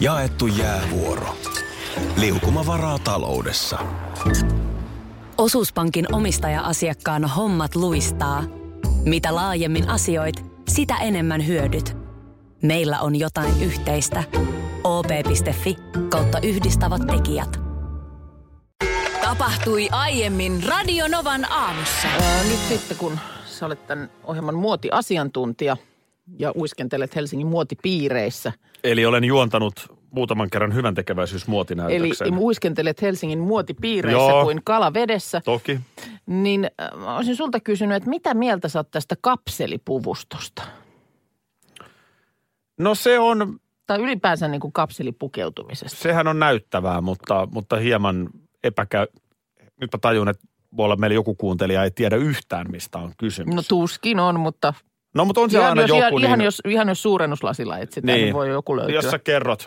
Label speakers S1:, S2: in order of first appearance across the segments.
S1: Jaettu jäävuoro. Liukuma varaa taloudessa.
S2: Osuuspankin omistaja-asiakkaan hommat luistaa. Mitä laajemmin asioit, sitä enemmän hyödyt. Meillä on jotain yhteistä. op.fi kautta yhdistävät tekijät. Tapahtui aiemmin Radionovan aamussa.
S3: Ää, Nyt sitten, kun sä olet tämän ohjelman muotiasiantuntija ja uiskentelet Helsingin muotipiireissä,
S4: Eli olen juontanut muutaman kerran hyvän
S3: eli
S4: tekeväisyysmuotinäytöksen.
S3: uiskentelet Helsingin muotipiireissä
S4: Joo.
S3: kuin kala vedessä,
S4: Toki.
S3: niin äh, mä olisin sulta kysynyt, että mitä mieltä sä oot tästä kapselipuvustosta?
S4: No se on,
S3: Tai ylipäänsä niin kuin kapselipukeutumisesta.
S4: sehän on näyttävää, mutta, mutta hieman epäkä... Nyt mä tajun, että voi olla meillä joku kuuntelija ei tiedä yhtään, mistä on kysymys.
S3: No tuskin on, mutta
S4: no mutta on se
S3: ihan
S4: aina
S3: jos,
S4: joku.
S3: ihan,
S4: niin,
S3: ihan, jos, ihan jos suurennuslasilla etsitään, niin,
S4: Niin.
S3: niin voi joku löytyä.
S4: Jos sä kerrot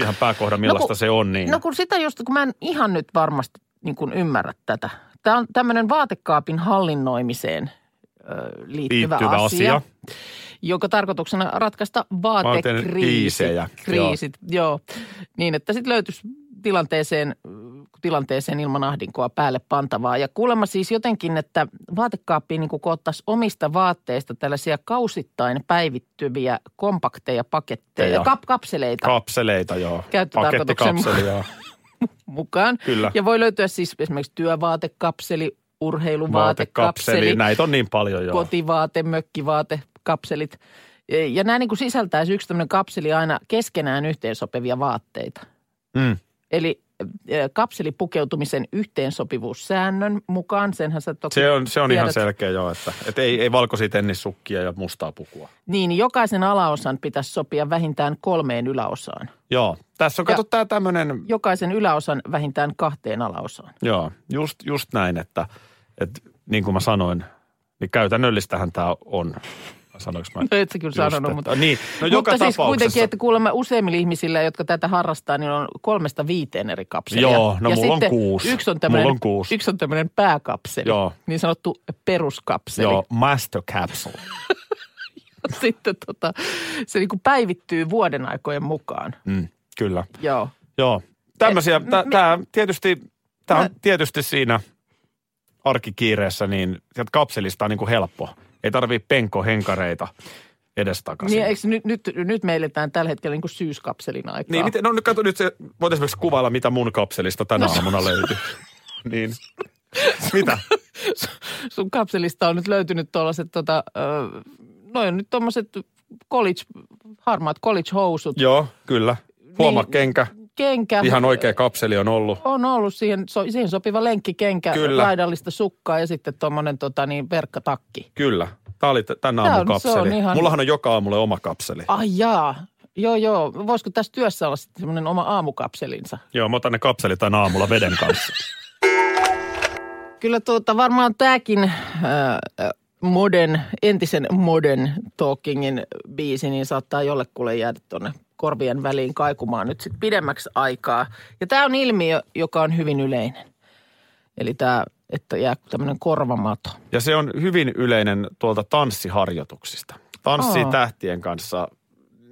S4: ihan pääkohdan, millaista
S3: No kun-
S4: se on, niin...
S3: No kun sitä just, kun mä en ihan nyt varmasti niin kuin ymmärrä tätä. Tämä on tämmöinen vaatekaapin hallinnoimiseen ö, liittyvä,
S4: Liittyvä asia.
S3: jonka tarkoituksena ratkaista
S4: Vaatekriisejä,
S3: vaatekriisejä. Kriisit, joo. Niin, että sitten löytyisi tilanteeseen, tilanteeseen ilman ahdinkoa päälle pantavaa. Ja kuulemma siis jotenkin, että vaatekaappiin niin koottaisi omista vaatteista tällaisia kausittain päivittyviä kompakteja paketteja,
S4: Teja.
S3: kap, kapseleita
S4: Kapseleita, joo.
S3: Käyttötarkoituksen
S4: Pakettikapseli, joo.
S3: mukaan.
S4: Kyllä.
S3: Ja voi löytyä siis esimerkiksi työvaatekapseli, urheiluvaatekapseli,
S4: Vaatekapseli. Näitä on niin paljon, joo.
S3: kotivaate, mökkivaate, kapselit. Ja nämä niin kuin sisältäisi yksi tämmöinen kapseli aina keskenään yhteensopivia vaatteita.
S4: Mm.
S3: Eli äh, kapselipukeutumisen yhteensopivuussäännön mukaan, senhän sä toki
S4: Se on, se on ihan
S3: tiedät.
S4: selkeä joo, että, että ei, ei valkoisia tennissukkia ja mustaa pukua.
S3: Niin, jokaisen alaosan pitäisi sopia vähintään kolmeen yläosaan.
S4: Joo, tässä on,
S3: Ja-
S4: kato tää tämmönen,
S3: Jokaisen yläosan vähintään kahteen alaosaan.
S4: joo, just, just näin, että, että niin kuin mä sanoin, niin käytännöllistähän tämä on. Sanoinko mä?
S3: No et sä kyllä
S4: just,
S3: sanonut,
S4: että-
S3: mutta
S4: Niin, no
S3: Mutta
S4: joka
S3: siis
S4: tapauksessa.
S3: kuitenkin, että kuulemma useimmilla ihmisillä, jotka tätä harrastaa, niin on kolmesta viiteen eri kapselia.
S4: Joo, no
S3: ja
S4: mulla on
S3: sitten
S4: kuusi.
S3: Yksi on tämmöinen,
S4: Mulla on kuusi.
S3: Yksi on tämmöinen pääkapseli,
S4: Joo.
S3: niin sanottu peruskapseli.
S4: Joo, master capsule.
S3: Sitten tota, se niinku päivittyy vuoden aikojen mukaan.
S4: Mm, kyllä,
S3: Joo.
S4: joo. Tämmöisiä,
S3: Eh,
S4: tä-
S3: me-
S4: tää tietysti, tää on
S3: Mä-
S4: tietysti siinä arkikiireessä, niin sieltä kapselista on niin kuin helppo. Ei tarvii penkohenkareita edestakaisin.
S3: Niin eikö nyt, nyt, nyt me eletään tällä hetkellä niinku syyskapselin aikaa?
S4: Niin, miten, no nyt kato nyt se, voit esimerkiksi kuvailla, mitä mun kapselista tänä no, aamuna löytyi. niin. Mitä?
S3: Sun kapselista on nyt löytynyt tuollaiset, tota, ö, noin on nyt tuommoiset college, harmaat college-housut,
S4: Joo, kyllä. Huomaa
S3: Niin.
S4: kenkä.
S3: kenkä.
S4: Ihan oikea kapseli on ollut.
S3: On ollut siihen, so, siihen sopiva lenkkikenkä,
S4: Kyllä.
S3: laidallista sukkaa ja sitten tuommoinen tota, niin, verkkatakki.
S4: Kyllä. Tämä oli t- tänä
S3: Tää
S4: aamun
S3: on- se on
S4: kapseli.
S3: ihan-
S4: Mullahan on joka aamulle oma kapseli.
S3: Ai jaa. Joo, joo. Voisiko tässä työssä olla sitten semmoinen oma aamukapselinsa?
S4: Joo, mä otan ne kapselit tänä aamulla veden kanssa.
S3: Kyllä tuota, varmaan tämäkin äh, moden, entisen moden talkingin biisi, niin saattaa jollekulle jäädä tuonne korvien väliin kaikumaan nyt sitten pidemmäksi aikaa. Ja tämä on ilmiö, joka on hyvin yleinen. Eli tämä, että jää tämmöinen korvamato.
S4: Ja se on hyvin yleinen tuolta tanssiharjoituksista. Tanssii
S3: Aa.
S4: tähtien kanssa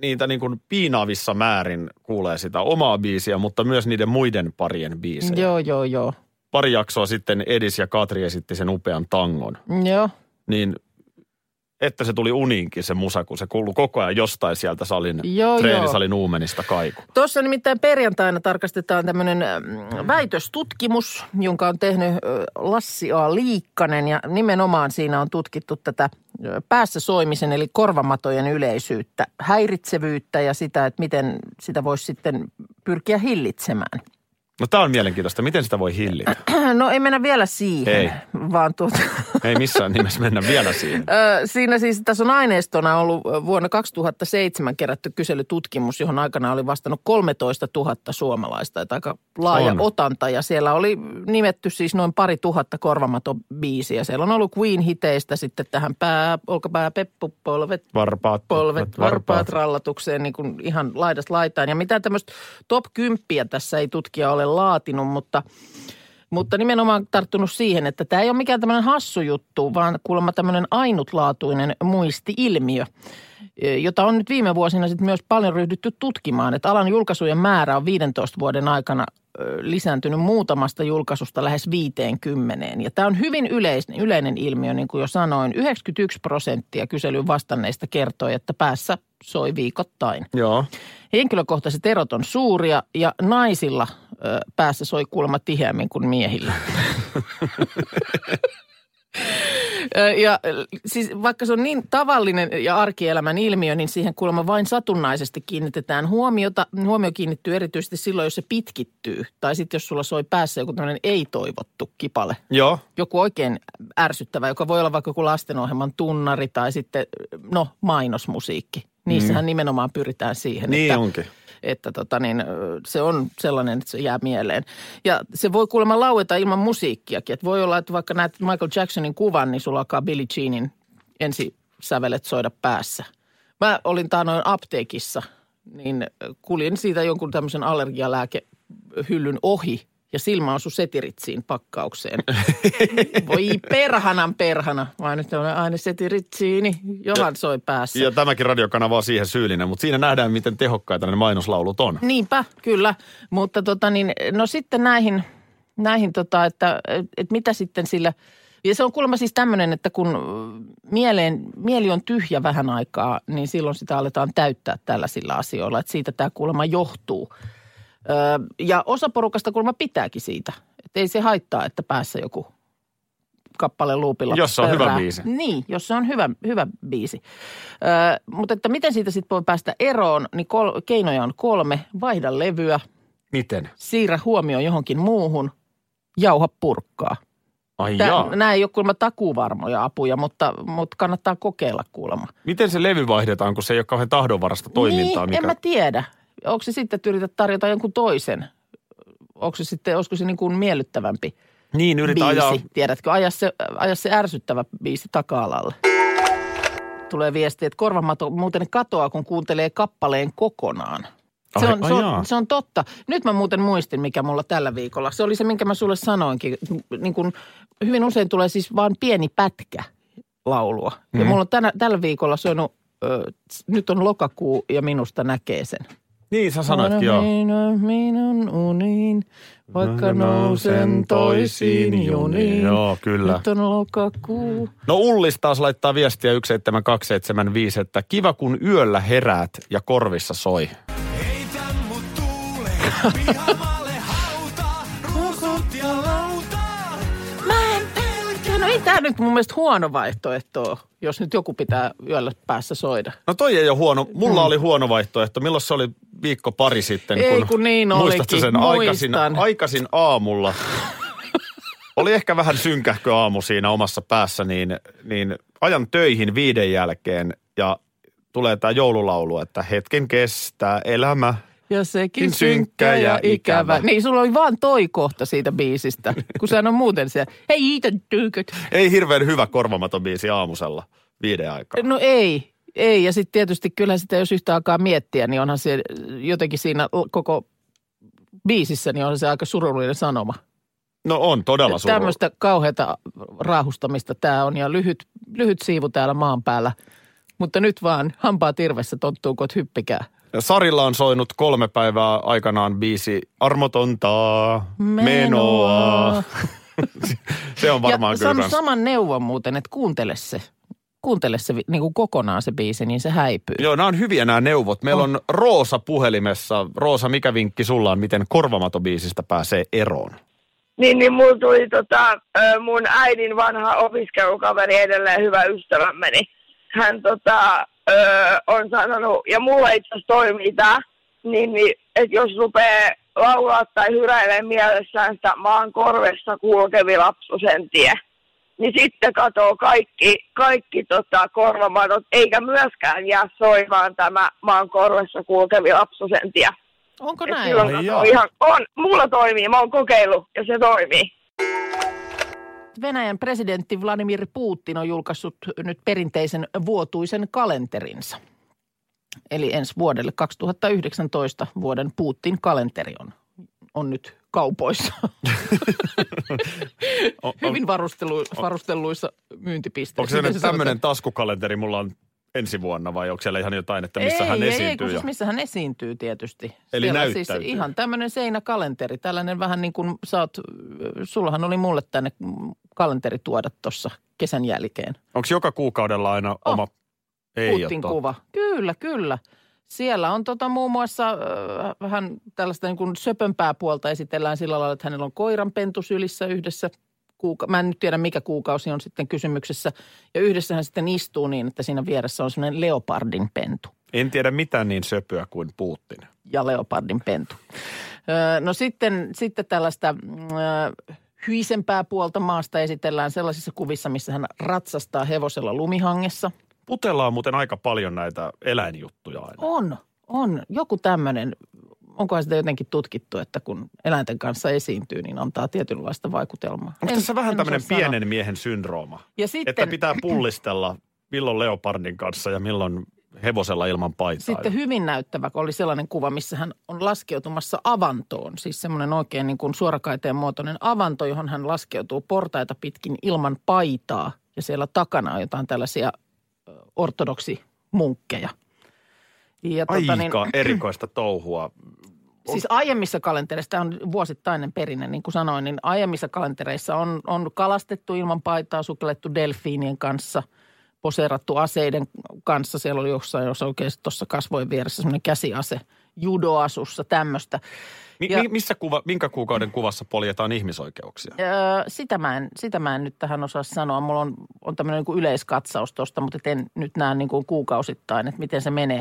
S4: niitä niin kuin piinaavissa määrin kuulee sitä omaa biisiä, mutta myös niiden muiden parien biisejä.
S3: Joo, joo, joo.
S4: pari jaksoa sitten Edis ja Katri esitti sen upean tangon,
S3: Joo.
S4: niin että se tuli uniinkin se musa, kun se kuului koko ajan jostain sieltä salin,
S3: Joo,
S4: treenisalin uumenista kaiku.
S3: Tuossa nimittäin perjantaina tarkastetaan tämmöinen mm, väitöstutkimus, jonka on tehnyt ö, Lassi A. Liikkanen ja nimenomaan siinä on tutkittu tätä ö, päässä soimisen eli korvamatojen yleisyyttä, häiritsevyyttä ja sitä, että miten sitä voisi sitten pyrkiä hillitsemään.
S4: No tämä on mielenkiintoista, miten sitä voi hillitä?
S3: No ei mennä vielä siihen,
S4: Ei.
S3: vaan tuota,
S4: Ei missään nimessä mennä vielä siihen.
S3: Ö, Siinä siis tässä on aineistona ollut ö, vuonna 2007 kerätty kyselytutkimus, johon aikana oli vastannut 13 000 suomalaista. Että aika laaja
S4: On.
S3: otanta ja siellä oli nimetty siis noin pari tuhatta korvamaton biisiä. Siellä on ollut Queen-hiteistä sitten tähän pää, olkapää, peppu, polvet,
S4: Varpaat,
S3: polvet, varpaat rallatukseen niin kuin ihan laidasta laitaan. Ja mitään tämmöistä top 10 tässä ei tutkija ole laatinut, mutta, mutta nimenomaan tarttunut siihen, että tämä ei ole mikään tämmöinen hassu juttu, vaan kuulemma tämmöinen ainutlaatuinen muisti-ilmiö. e, jota on nyt viime vuosina sitten myös paljon ryhdytty tutkimaan. Että alan julkaisujen määrä on 15 vuoden aikana ö, lisääntynyt muutamasta julkaisusta lähes 50. Ja tämä on hyvin yleis- yleinen ilmiö, niin kuin jo sanoin. 91 prosenttia kyselyyn vastanneista kertoi, että päässä soi viikoittain.
S4: Joo.
S3: Henkilökohtaiset erot on suuria ja naisilla ö, päässä soi kuulemma tiheämmin kuin miehillä. Ö, ja ö, siis vaikka se on niin tavallinen ja arkielämän ilmiö, niin siihen kuulemma vain satunnaisesti kiinnitetään huomiota. Huomio kiinnittyy erityisesti silloin, jos se pitkittyy. Tai sitten jos sulla soi päässä joku tämmöinen ei-toivottu kipale
S4: Joo.
S3: joku oikein ärsyttävä, joka voi olla vaikka joku lastenohjelman tunnari tai sitten, no, mainosmusiikki. Niissähän mm. nimenomaan pyritään siihen,
S4: Niin
S3: että,
S4: onkin.
S3: että tota niin, ö, se on sellainen, että se jää mieleen. Ja se voi kuulemma laueta ilman musiikkiakin. Että voi olla, että vaikka näet Michael Jacksonin kuvan, niin sulla alkaa Billie Jeanin ensi sävelet soida päässä. Mä olin taanoin apteekissa, niin ö, kuljin siitä jonkun tämmöisen allergialääkehyllyn ohi ja silmä osui setiritsiin pakkaukseen. Voi perhanan perhana. Mä nyt olen aina setiritsiini. Johan soi päässä.
S4: Ja tämäkin radiokanava on siihen syyllinen, mutta siinä nähdään, miten tehokkaita ne mainoslaulut on.
S3: Niinpä, kyllä. Mutta tota niin, no sitten näihin, näihin tota, että, että mitä sitten sillä... Ja se on kuulemma siis tämmöinen, että kun mieleen, mieli on tyhjä vähän aikaa, niin silloin sitä aletaan täyttää tällaisilla asioilla. Että siitä tämä kuulemma johtuu. Öö, ja osa porukasta kuulemma pitääkin siitä. Että ei se haittaa, että päässä joku kappale luupilla.
S4: Jos se on hyvä
S3: pörrää.
S4: biisi.
S3: Niin, jos se on hyvä, hyvä biisi. Öö, mutta että miten siitä sitten voi päästä eroon, niin kol- keinoja on kolme. Vaihda levyä,
S4: Miten?
S3: siirrä huomio johonkin muuhun, jauha purkkaa.
S4: Ai
S3: Tää,
S4: jaa.
S3: nämä ei ole kuulemma takuvarmoja apuja, mutta, mutta kannattaa kokeilla kuulemma.
S4: Miten se levy vaihdetaan, kun se ei ole kauhean tahdonvarasta toimintaa?
S3: Niin, en mä tiedä. Onko se sitten, että yrität tarjota jonkun toisen? Onko se sitten, olisiko se niin kuin miellyttävämpi
S4: niin yritä
S3: biisi,
S4: ajaa.
S3: tiedätkö? Aja se, aja se ärsyttävä biisi taka-alalle. Tulee viesti, että korvamato muuten katoaa, kun kuuntelee kappaleen kokonaan. Se
S4: Ai-
S3: on,
S4: ai
S3: se,
S4: jaa.
S3: on, se on totta. Nyt mä muuten muistin, mikä mulla tällä viikolla. Se oli se, minkä mä sulle sanoinkin. Niin kun hyvin usein tulee siis vaan pieni pätkä laulua. Mm.
S4: Mhm.
S3: Ja mulla on tänä, tällä viikolla soinut, ö, nyt on lokakuu ja minusta näkee sen.
S4: Niin sä sanoitkin,
S3: Aina
S4: joo.
S3: Minä, minun uniin, vaikka nousen toisiin juniin.
S4: Joo, kyllä.
S3: Nyt on lokakuu.
S4: No Ullis taas laittaa viestiä 17275, että kiva kun yöllä heräät ja korvissa soi.
S5: Heitä mut tuule, pihamaalle hauta, ruusut ja lauta.
S3: Mä en pelkää. No ei tää nyt mun mielestä huono vaihtoehto ole, jos nyt joku pitää yöllä päässä soida.
S4: No toi ei ole huono. Mulla mm. oli huono vaihtoehto. Milloin se oli viikko pari sitten?
S3: Ei, kun niin
S4: Muistatko
S3: olikin.
S4: sen aikaisin,
S3: Muistan.
S4: aikaisin aamulla? oli ehkä vähän synkähkö aamu siinä omassa päässä, niin, niin ajan töihin viiden jälkeen ja tulee tämä joululaulu, että hetken kestää elämä.
S3: Ja sekin
S4: Niin synkkä
S3: synkkä
S4: ja
S3: ja ikävä.
S4: ikävä.
S3: Niin, sulla oli vaan toi kohta siitä biisistä, kun sehän on muuten se, hei iitä tyyköt.
S4: Ei hirveän hyvä korvamaton biisi aamusella viiden aikaa.
S3: No ei, ei. Ja sitten tietysti kyllä sitä, jos yhtä alkaa miettiä, niin onhan se jotenkin siinä koko biisissä, niin onhan se aika surullinen sanoma.
S4: No on todella suuri.
S3: Tämmöistä kauheata raahustamista tämä on ja lyhyt, lyhyt siivu täällä maan päällä. Mutta nyt vaan hampaa tirvessä tonttuukot hyppikää.
S4: Sarilla on soinut kolme päivää aikanaan biisi Armotonta menoa.
S3: Menoa.
S4: se on varmaan
S3: ja
S4: kyllä.
S3: saanut
S4: kans.
S3: saman neuvon muuten, että kuuntele se. Kuuntele se vi- niin kuin kokonaan se biisi, niin se häipyy.
S4: Joo, nämä on hyviä nämä neuvot.
S3: Oh.
S4: Meillä on Roosa puhelimessa. Roosa, mikä vinkki sulla on, miten korvamatobiisistä pääsee eroon?
S6: Niin, niin mulla tuli tota, ö, mun äidin vanha opiskelukaveri edelleen hyvä ystävämme, niin hän tota, ö, on sanonut, ja mulla itse asiassa toimii tää, niin, niin että jos rupeaa laulaa tai hyräilee mielessään sitä maan korvessa kulkevi lapsusen tie, niin sitten katoo kaikki, kaikki tota, korvamatot, eikä myöskään jää soimaan tämä maan korvessa kulkevi lapsusen tie.
S3: Onko
S6: Et
S3: No näin?
S6: silloin
S4: Ai
S6: Ai
S4: jaa.
S6: on ihan, on, mulla toimii, mä oon kokeillut ja se toimii.
S3: Venäjän presidentti Vladimir Putin on julkaissut nyt perinteisen vuotuisen kalenterinsa. Eli ensi vuodelle 2019 vuoden Putin kalenteri on, on nyt kaupoissa.
S4: On, on,
S3: Hyvin varustelu, varustelluissa myyntipisteessä.
S4: onko se
S3: Miten
S4: nyt
S3: sanotaan?
S4: tämmöinen taskukalenteri? Mulla on ensi vuonna vai onko siellä ihan jotain, että missä
S3: ei,
S4: hän
S3: ei, Ei,
S4: esiintyy?
S3: kun
S4: ja-
S3: siis missä hän esiintyy tietysti.
S4: Eli
S3: Siellä on
S4: näyttäytyy.
S3: Siis ihan tämmöinen seinäkalenteri, tällainen vähän niin kuin sä oot, sullahan oli mulle tänne kalenteri tuoda tuossa kesän jälkeen.
S4: Onko joka kuukaudella aina oma? Ei
S3: Oh, Putin
S4: ole
S3: kuva. Kyllä, kyllä. Siellä on tota muun muassa äh, vähän tällaista niin kuin söpönpää puolta esitellään sillä lailla, että hänellä on koiran pentu sylissä yhdessä. Kuuka- Mä en nyt tiedä, mikä kuukausi on sitten kysymyksessä. Ja yhdessä hän sitten istuu niin, että siinä vieressä on semmoinen leopardin pentu
S4: En tiedä mitään niin söpöä kuin Putin.
S3: ja leopardin pentu. Öö, No sitten, sitten tällaista mm, öö, hyisempää puolta maasta esitellään sellaisissa kuvissa, missä hän ratsastaa hevosella lumihangessa.
S4: Putella on muuten aika paljon näitä eläinjuttuja aina.
S3: On, on. Joku tämmöinen, onkohan sitä jotenkin tutkittu, että kun eläinten kanssa esiintyy, niin antaa tietynlaista vaikutelmaa.
S4: Onko
S3: En-
S4: tässä vähän
S3: en
S4: tämmöinen
S3: osaa sanoa.
S4: pienen miehen syndrooma?
S3: Ja
S4: Että
S3: sitten,
S4: pitää pullistella milloin leopardin kanssa ja milloin hevosella ilman paitaa.
S3: sitten hyvin näyttävä oli sellainen kuva, missä hän on laskeutumassa avantoon. Siis semmoinen oikein niin kuin suorakaiteen muotoinen avanto, johon hän laskeutuu portaita pitkin ilman paitaa. Ja siellä takana on jotain tällaisia ö, ortodoksimunkkeja. Ja
S4: Aika
S3: tota niin-
S4: erikoista touhua.
S3: Siis aiemmissa kalentereissa, tämä on vuosittainen perinne, niin kuin sanoin, niin aiemmissa kalentereissa on, on kalastettu ilman paitaa, sukellettu delfiinien kanssa, poseerattu aseiden kanssa. Siellä oli jossain, jos oikeasti tuossa kasvojen vieressä semmoinen käsiase, judoasussa, tämmöistä.
S4: Mi-
S3: Ja-
S4: mi- missä kuva, minkä kuukauden kuvassa poljetaan ihmisoikeuksia?
S3: Öö, sitä, mä en, sitä mä en nyt tähän osaa sanoa. Mulla on, on tämmöinen niin kuin yleiskatsaus tuosta, mutta et en nyt näe niin kuin kuukausittain, että miten se menee.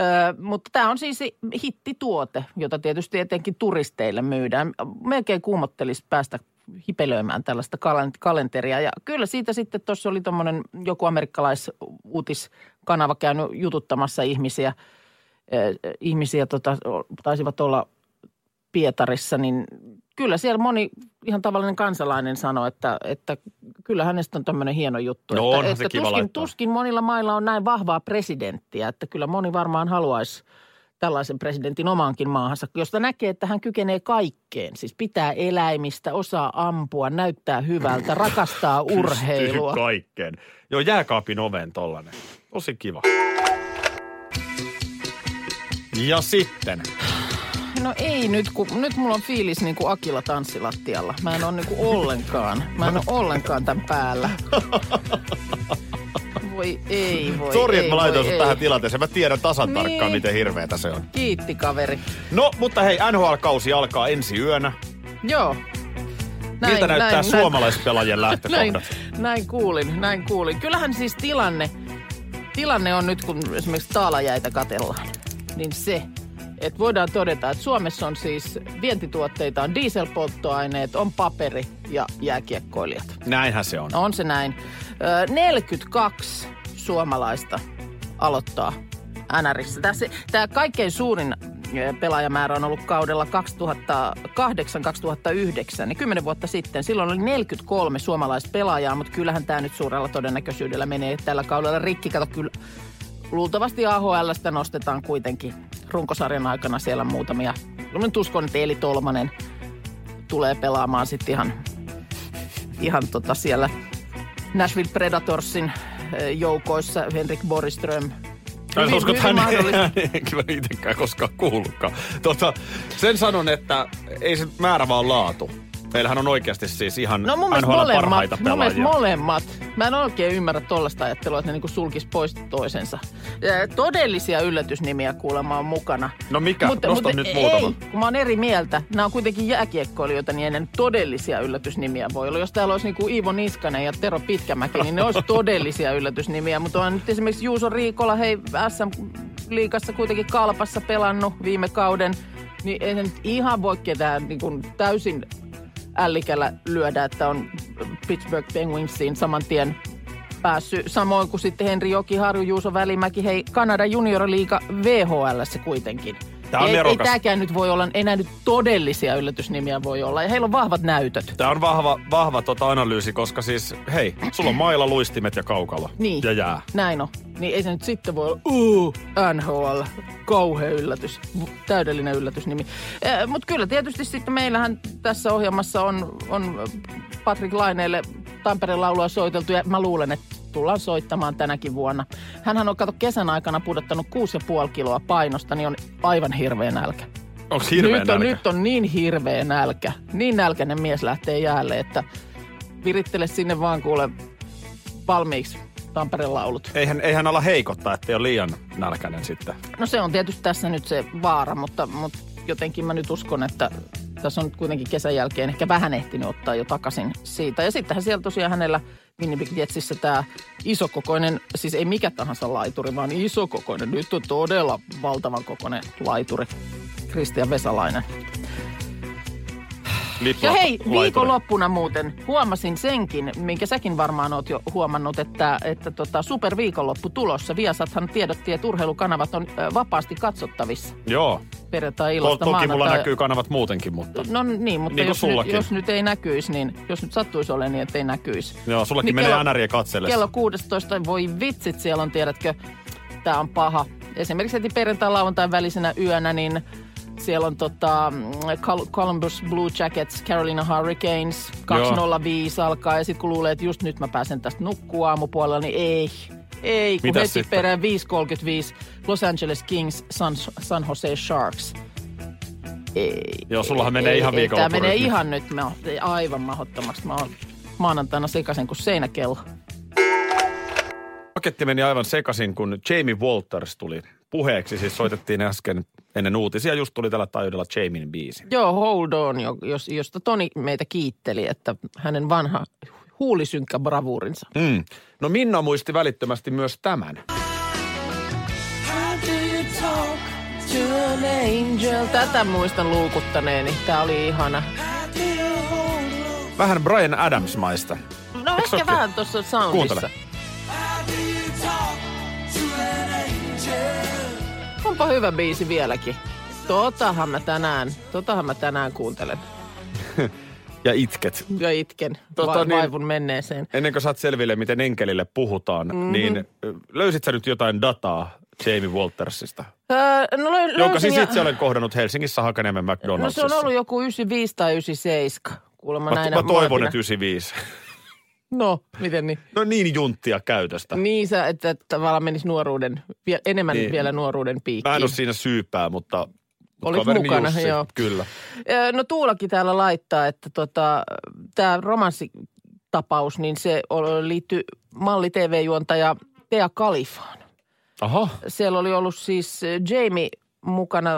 S3: Öö, mutta tämä on siis hittituote, jota tietysti etenkin turisteille myydään. Melkein kuumottelisi päästä hipelöimään tällaista kalen- kalenteria. Ja kyllä siitä sitten tuossa oli tuommoinen joku amerikkalaisuutiskanava käynyt jututtamassa ihmisiä. Öö, ihmisiä tota, taisivat olla Pietarissa, niin kyllä siellä moni ihan tavallinen kansalainen sanoi, että, että kyllä hänestä on tämmöinen hieno juttu.
S4: No
S3: että,
S4: onhan
S3: että
S4: se kiva
S3: tuskin,
S4: laittaa.
S3: tuskin monilla mailla on näin vahvaa presidenttiä, että kyllä moni varmaan haluaisi tällaisen presidentin omaankin maahansa, josta näkee, että hän kykenee kaikkeen. Siis pitää eläimistä, osaa ampua, näyttää hyvältä, rakastaa urheilua.
S4: Pystyy kaikkeen. Joo, jääkaapin oveen tollanen. Tosi kiva. Ja sitten,
S3: No ei nyt, kun nyt mulla on fiilis niin kuin Akilla tanssilattialla. Mä en ole niin kuin ollenkaan. Mä en ole ollenkaan tämän päällä. Voi ei, voi
S4: sori,
S3: ei,
S4: että mä
S3: voi
S4: laitoin
S3: ei.
S4: sut tähän tilanteeseen. Mä tiedän tasan
S3: Niin.
S4: tarkkaan, miten hirveetä se on.
S3: Kiitti kaveri.
S4: No, mutta hei, NHL-kausi alkaa ensi yönä.
S3: Joo.
S4: Näin, Miltä näyttää näin, suomalaispelaajien
S3: näin,
S4: lähtökohdat?
S3: näin kuulin, näin kuulin. Kyllähän siis tilanne, tilanne on nyt, kun esimerkiksi taalajäitä katellaan, niin se, että voidaan todeta, että Suomessa on siis vientituotteita, on dieselpolttoaineet, on paperi ja jääkiekkoilijat.
S4: Näinhän se on.
S3: No on se näin. Ö, 42 suomalaista aloittaa NRissä. Tässä, tämä kaikkein suurin ö, pelaajamäärä on ollut kaudella 2008-2009, niin 10 vuotta sitten. Silloin oli 43 suomalaispelaajaa, mutta kyllähän tämä nyt suurella todennäköisyydellä menee tällä kaudella rikki. Kato, kyllä luultavasti AHLstä nostetaan kuitenkin runkosarjan aikana siellä muutamia. Mä nyt uskon, että Eli Tolmanen tulee pelaamaan sitten ihan ihan tota siellä Nashville Predatorsin eh, joukoissa Henrik Boriström.
S4: Mä en
S3: Hyvin-
S4: usko, että
S3: hyvin
S4: hän ei,
S3: niin, mahdollista.
S4: hän ei kyllä itsekään koskaan kuullutkaan. Tota, sen sanon, että ei se määrä vaan laatu. Meillähän on oikeasti siis ihan
S3: No mun mielestä
S4: NHL
S3: molemmat,
S4: parhaita
S3: mun mielestä
S4: pelaajia.
S3: molemmat. Mä en oikein ymmärrä tollaista ajattelua, että ne niinku sulkis pois toisensa. Eh, Todellisia yllätysnimiä kuulemma on mukana.
S4: No mikä? Nosta nyt muutama.
S3: Ei, kun mä oon eri mieltä. Nämä on kuitenkin jääkiekkoilijoita, niin ennen todellisia yllätysnimiä voi olla. Jos täällä olisi niinku Iivo Niskanen ja Tero Pitkämäki, niin ne olisi todellisia yllätysnimiä. Mutta on nyt esimerkiksi Juuso Riikola, hei SM Liikassa kuitenkin kalpassa pelannut viime kauden. Niin ei se nyt ihan voi ketään niin kuin täysin ällikällä lyödä, että on Pittsburgh Penguinsiin saman tien päässyt. Samoin kuin sitten Henri Joki, Harju, Juuso Välimäki, hei Kanadan junioriliiga VHL se kuitenkin.
S4: Tää on
S3: ei, ei
S4: nerokas.
S3: tämäkään nyt voi olla, enää nyt todellisia yllätysnimiä voi olla. Ja heillä on vahvat näytöt.
S4: Tämä on vahva, vahva tota analyysi, koska siis, hei, sulla on mailla, luistimet ja kaukalo.
S3: Niin.
S4: Ja jää.
S3: Näin on. Niin ei se nyt sitten voi olla, uu, NHL, kauhea yllätys, V- täydellinen yllätysnimi. Mutta kyllä tietysti sitten meillähän tässä ohjelmassa on, on Patrick Laineelle Tampereen laulua soiteltu ja mä luulen, että tullaan soittamaan tänäkin vuonna. Hänhän on kato kesän aikana pudottanut 6,5 kiloa painosta, niin on aivan hirveä nälkä.
S4: Onko hirveä
S3: nyt, on,
S4: nälkä?
S3: nyt on niin hirveä nälkä. Niin nälkäinen mies lähtee jäälle, että virittele sinne vaan kuule valmiiksi Tampereen laulut.
S4: Eihän, eihän ala heikottaa, ettei ole liian nälkäinen sitten.
S3: No se on tietysti tässä nyt se vaara, mutta, mutta jotenkin mä nyt uskon, että tässä on nyt kuitenkin kesän jälkeen ehkä vähän ehtinyt ottaa jo takaisin siitä. Ja sittenhän siellä tosiaan hänellä Winnipeg Jetsissä tämä isokokoinen, siis ei mikä tahansa laituri, vaan isokokoinen, nyt on todella valtavan kokoinen laituri, Kristian Vesalainen. tuota,
S4: Lipla,
S3: Ja hei, viikonloppuna muuten huomasin senkin, minkä säkin varmaan oot jo huomannut, että, että tota, superviikonloppu tulossa. Viasathan tiedotti, että urheilukanavat on ö, vapaasti katsottavissa
S4: Joo. To,
S3: perjantai-illasta
S4: toki mulla
S3: maanantai-
S4: näkyy kanavat muutenkin, mutta...
S3: No niin, mutta
S4: Niin kuin
S3: jos, nyt,
S4: sullakin.
S3: jos nyt ei näkyisi, niin jos nyt sattuisi olemaan niin, että ei näkyisi.
S4: Joo, sullakin
S3: Niin
S4: menee
S3: kello-
S4: NRJ katselle.
S3: Kello 16, voi vitsit, siellä on, tiedätkö, tämä on paha. Esimerkiksi heti perjantai lauantain välisenä yönä, niin siellä on tota, mm, Col- Columbus Blue Jackets, Carolina Hurricanes, 205 alkaa. Ja sitten kun luulee, että just nyt mä pääsen tästä nukkua aamupuolella, niin ei. Ei, kun
S4: Mitäs
S3: heti
S4: sitten?
S3: perään 5.35 Los Angeles Kings, San, San Jose Sharks. Ei,
S4: Joo, sullahan menee ihan
S3: Tämä
S4: viikonloppurytmi.
S3: menee ihan nyt, mä oon aivan mahdottomaksi. Mä oon maanantaina sekaisen kuin seinäkello.
S4: Paketti meni aivan sekaisin, kun Jamie Walters tuli puheeksi. Siis soitettiin äsken ennen uutisia. Just tuli tällä taajuudella Jamien biisi.
S3: Joo, Hold On, jo- jos, josta Toni meitä kiitteli, että hänen vanha huulisynkkä bravuurinsa.
S4: Mm. No Minna muisti välittömästi myös tämän.
S3: Tätä muistan luukuttaneeni. Tämä oli ihana.
S4: Vähän Brian Adams-maista.
S3: No
S4: Eikö
S3: ehkä
S4: se olekin?
S3: vähän tuossa soundissa.
S4: Kuuntele.
S3: Onpa hyvä biisi vieläkin. Totahan mä tänään, totahan mä tänään kuuntelen.
S4: Ja itket.
S3: Ja itken
S4: Tota
S3: tota,
S4: niin.
S3: vaivun menneeseen.
S4: Ennen kuin saat selville, miten enkelille puhutaan,
S3: Mhm.
S4: mm-hmm. niin ö, löysit sä nyt jotain dataa Jamie Waltersista?
S3: Öö, no lö-
S4: Jonka
S3: löysin
S4: siis
S3: ja-
S4: itse olen kohdannut Helsingissä Hakaniemen
S3: No
S4: McDonaldsissa.
S3: se on ollut joku 95 tai 97, kuulemma
S4: Mä,
S3: näinä
S4: mä toivon,
S3: vuotina.
S4: että 95.
S3: No, miten niin?
S4: No niin junttia käytöstä.
S3: Niin sä, että tavallaan menisi nuoruuden, vie- enemmän
S4: Niin.
S3: vielä nuoruuden piikkiin.
S4: Mä en ole siinä syypää, mutta mutta
S3: Olit
S4: kaverini
S3: mukana,
S4: Jussi,
S3: joo.
S4: Kyllä.
S3: Öö, No Tuulakin täällä laittaa, että tota, tämä romanssitapaus, niin se o- liittyy malli TV-juontaja Tea Kalifaan.
S4: Aha.
S3: Siellä oli ollut siis ö, Jamie mukana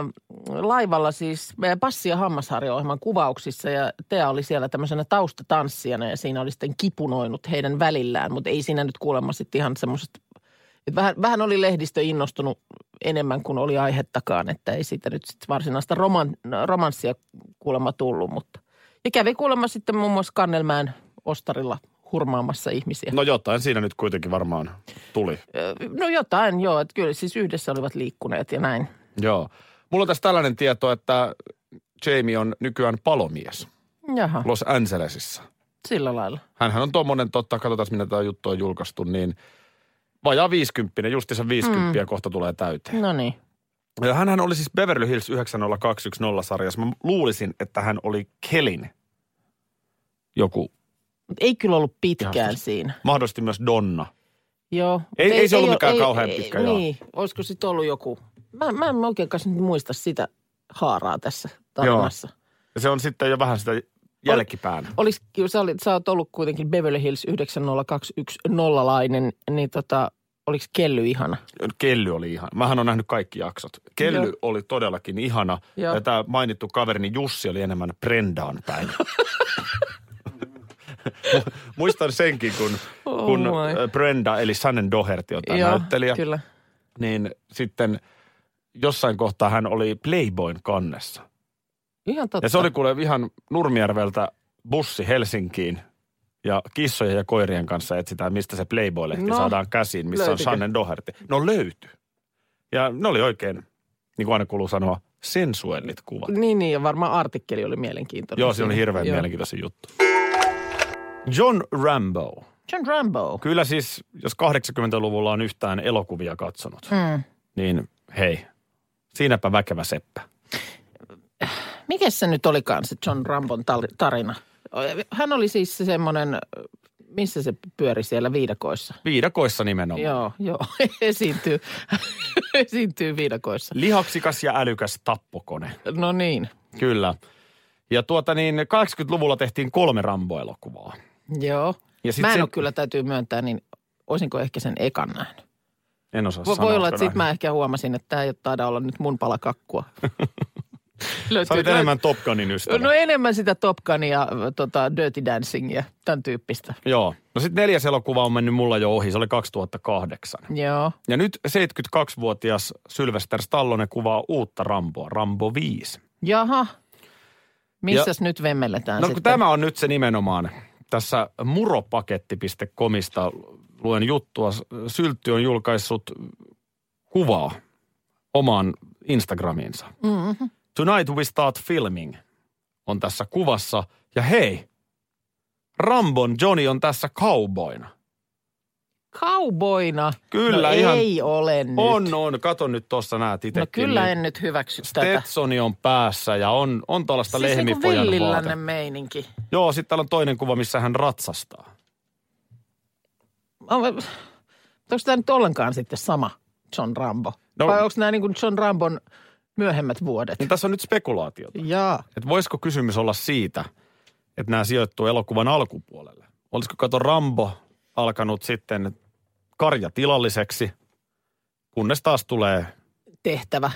S3: laivalla siis ö, passi- ja hammasharjaohjelman kuvauksissa ja Tea oli siellä tämmöisenä taustatanssijana ja siinä oli sitten kipunoinut heidän välillään, mutta ei siinä nyt kuulemma sitten ihan semmoisesta, että vähän, vähän oli lehdistö innostunut enemmän kuin oli aihettakaan, että ei siitä nyt sitten varsinaista roman, romanssia kuulemma tullut, mutta ja kävi kuulemma sitten muun muassa Kannelmäen ostarilla hurmaamassa ihmisiä.
S4: No jotain siinä nyt kuitenkin varmaan tuli.
S3: Ö, No jotain, joo. Että kyllä siis yhdessä olivat liikkuneet ja näin.
S4: Joo. Mulla on tässä tällainen tieto, että Jamie on nykyään palomies
S3: Jaha,
S4: Los Angelesissa.
S3: sillä lailla.
S4: Hänhän on tuommoinen, totta, katsotaan mitä tämä juttu on julkaistu, niin vajaa 50, justiinsa 50 mm. kohta tulee täyteen.
S3: No niin.
S4: Ja hänhän oli siis Beverly Hills 90210-sarjassa. Mä luulisin, että hän oli Kelin joku,
S3: Mut Ei kyllä ollut pitkään
S4: Jahtas.
S3: siinä.
S4: mahdollisesti myös Donna.
S3: Joo.
S4: Ei- ei se ollut
S3: oo-
S4: mikään kauhean pitkä, joo.
S3: Niin, olisiko sitten ollut joku. Mä, mä en oikein kanssa nyt muista sitä haaraa tässä tarinassa.
S4: Ja se on sitten jo vähän sitä jälkipään.
S3: Olis, sä, olit, sä oot ollut kuitenkin Beverly Hills 90210-lainen, niin tota, oliko Kelly ihana?
S4: Kelly oli ihan. Mähän on nähnyt kaikki jaksot. Kelly
S3: Joo.
S4: oli todellakin ihana.
S3: Joo.
S4: Ja tämä mainittu kaverini Jussi oli enemmän Brendaan päin. Mu- Muistan senkin, kun,
S3: Oh
S4: kun
S3: my.
S4: ö, Brenda eli Sannen Doherty on tämä näyttelijä,
S3: kyllä.
S4: niin sitten jossain kohtaa hän oli Playboyn kannessa.
S3: Ihan totta.
S4: Ja se oli kuule ihan Nurmijärveltä bussi Helsinkiin ja kissojen ja koirien kanssa etsitään, mistä se Playboy-lehti
S3: No,
S4: saadaan käsiin, missä
S3: löytyykö?
S4: on Sannen Doherty. No löytyi. Ja ne oli oikein, niin kuin aina kuuluu sanoa, sensuellit kuvat.
S3: Niin, niin, ja varmaan artikkeli oli mielenkiintoinen.
S4: Joo, siinä oli hirveän
S3: Joo.
S4: mielenkiintoisia juttu. John Rambo.
S3: John Rambo.
S4: Kyllä siis, jos 80-luvulla on yhtään elokuvia katsonut,
S3: Mm.
S4: niin hei, siinäpä väkevä seppä.
S3: Mikä se nyt olikaan se John Rambon tal- tarina? Hän oli siis se semmoinen, missä se pyöri siellä viidakoissa.
S4: Viidakoissa nimenomaan.
S3: Joo, joo. Esiintyy, esiintyy viidakoissa.
S4: Lihaksikas ja älykäs tappokone.
S3: No niin,
S4: Kyllä. Ja tuota niin, 80-luvulla tehtiin kolme Rambo-elokuvaa.
S3: joo.
S4: Ja
S3: Ja
S4: sit
S3: mä en
S4: se-
S3: ole kyllä täytyy myöntää, niin olisinko ehkä sen ekan nähnyt.
S4: En osaa
S3: Voi,
S4: sanoa.
S3: voi olla, että
S4: kyllä.
S3: sit mä ehkä huomasin, että tämä ei taida olla nyt mun pala kakkua.
S4: Sä olit enemmän Top Gunin ystävä.
S3: No enemmän sitä Top Gunia, äh, tota, Dirty Dancingia, tämän tyyppistä.
S4: Joo. No sitten neljäs elokuva on mennyt mulla jo ohi, se oli 2008.
S3: Joo.
S4: Ja nyt 72-vuotias Sylvester Stallone kuvaa uutta Ramboa, Rambo 5.
S3: Jaha. Missäs nyt vemmelletään
S4: No kun
S3: sitten?
S4: tämä on nyt se nimenomaan. Tässä muropaketti.comista luen juttua. Syltty on julkaissut kuvaa omaan Instagramiinsa. Mm-hmm. Tonight we start filming on tässä kuvassa. Ja hei, Rambon Johnny on tässä cowboyna.
S3: Kauboina.
S4: Kyllä,
S3: no
S4: ihan-
S3: ei ole nyt.
S4: On, on. Kato nyt tuossa näet itsekin.
S3: No kyllä
S4: niin
S3: en nyt hyväksy tätä.
S4: Stetsoni on päässä ja on, on tuollaista
S3: Siis niinku
S4: lehmipojan vaate.
S3: villilännen meininki.
S4: Joo, sitten täällä on toinen kuva, missä hän ratsastaa.
S3: On- Onko tämä nyt ollenkaan sitten sama John Rambo? No.
S4: No-
S3: Vai onko nämä niin John Rambon myöhemmät vuodet?
S4: Niin tässä on nyt spekulaatiota.
S3: Jaa.
S4: että voisiko kysymys olla siitä, että nämä sijoittuu elokuvan alkupuolelle. Olisiko kato Rambo alkanut sitten karjatilalliseksi, kunnes taas tulee
S3: Tehtävä.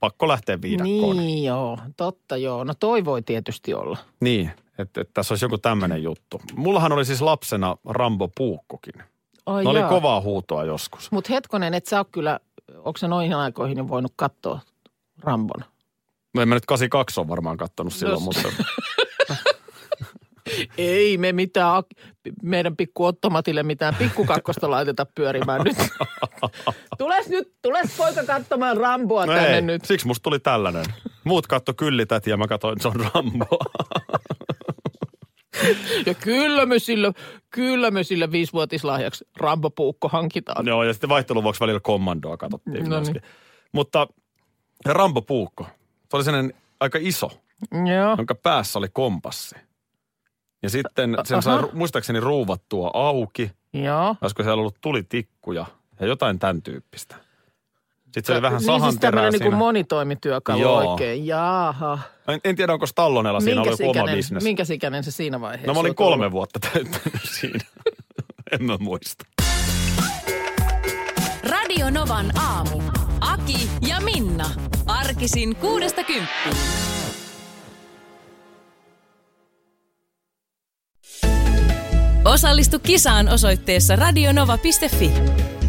S4: pakko lähteä viidakkoon. Niin,
S3: Niin joo, totta joo. No toi voi tietysti olla.
S4: niin että, että tässä olisi joku tämmöinen juttu. Mullahan oli siis lapsena Rambo puukkokin.
S3: Ai
S4: Ne No, oli kovaa huutoa joskus.
S3: Mutta hetkonen, et sä oo kyllä, onko se noihin aikoihin jo voinut katsoa Rambon?
S4: No en mä nyt 82 on varmaan kattonut silloin,
S3: No-
S4: mutta
S3: Ei me mitään, ak- meidän pikku Ottomatille mitään pikkukakkosta laiteta pyörimään nyt. tules nyt, tules poika katsomaan Ramboa
S4: no
S3: tänne
S4: ei,
S3: nyt.
S4: siksi musta tuli tällainen. Muut katto kyllität ja mä katsoin John Ramboa.
S3: Ja kyllä me sillä, kyllä me sillä viisivuotislahjaksi Rambo-puukko hankitaan.
S4: Joo, ja sitten vaihteluvuoksi välillä kommandoa katsottiin
S3: No
S4: myöskin. Mutta Rambo Puukko, se oli sellainen aika iso,
S3: Joo.
S4: jonka päässä oli kompassi. Ja sitten sen
S3: Aha.
S4: sai ru- muistaakseni ruuvattua auki,
S3: Joo.
S4: olisiko siellä ollut tulitikkuja ja jotain tämän tyyppistä. Sitten se oli vähän
S3: niin siis
S4: sahanterää
S3: tämmöinen
S4: siinä.
S3: niin monitoimituökalu
S4: Joo.
S3: oikein. Jaaha.
S4: En, en tiedä, onko Stallonella siinä
S3: Minkäs
S4: ollut joku oma
S3: ikäinen-
S4: bisnes.
S3: Minkäs ikäinen se siinä vaiheessa?
S4: No mä olin
S3: on tullut?
S4: kolme vuotta täyttänyt siinä. en mä muista.
S2: Radio Novan aamu. Aki ja Minna. Arkisin kuudesta kymppiin. Osallistu kisaan osoitteessa radionova.fi.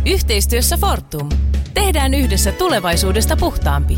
S2: Yhteistyössä Fortum. Tehdään yhdessä tulevaisuudesta puhtaampi.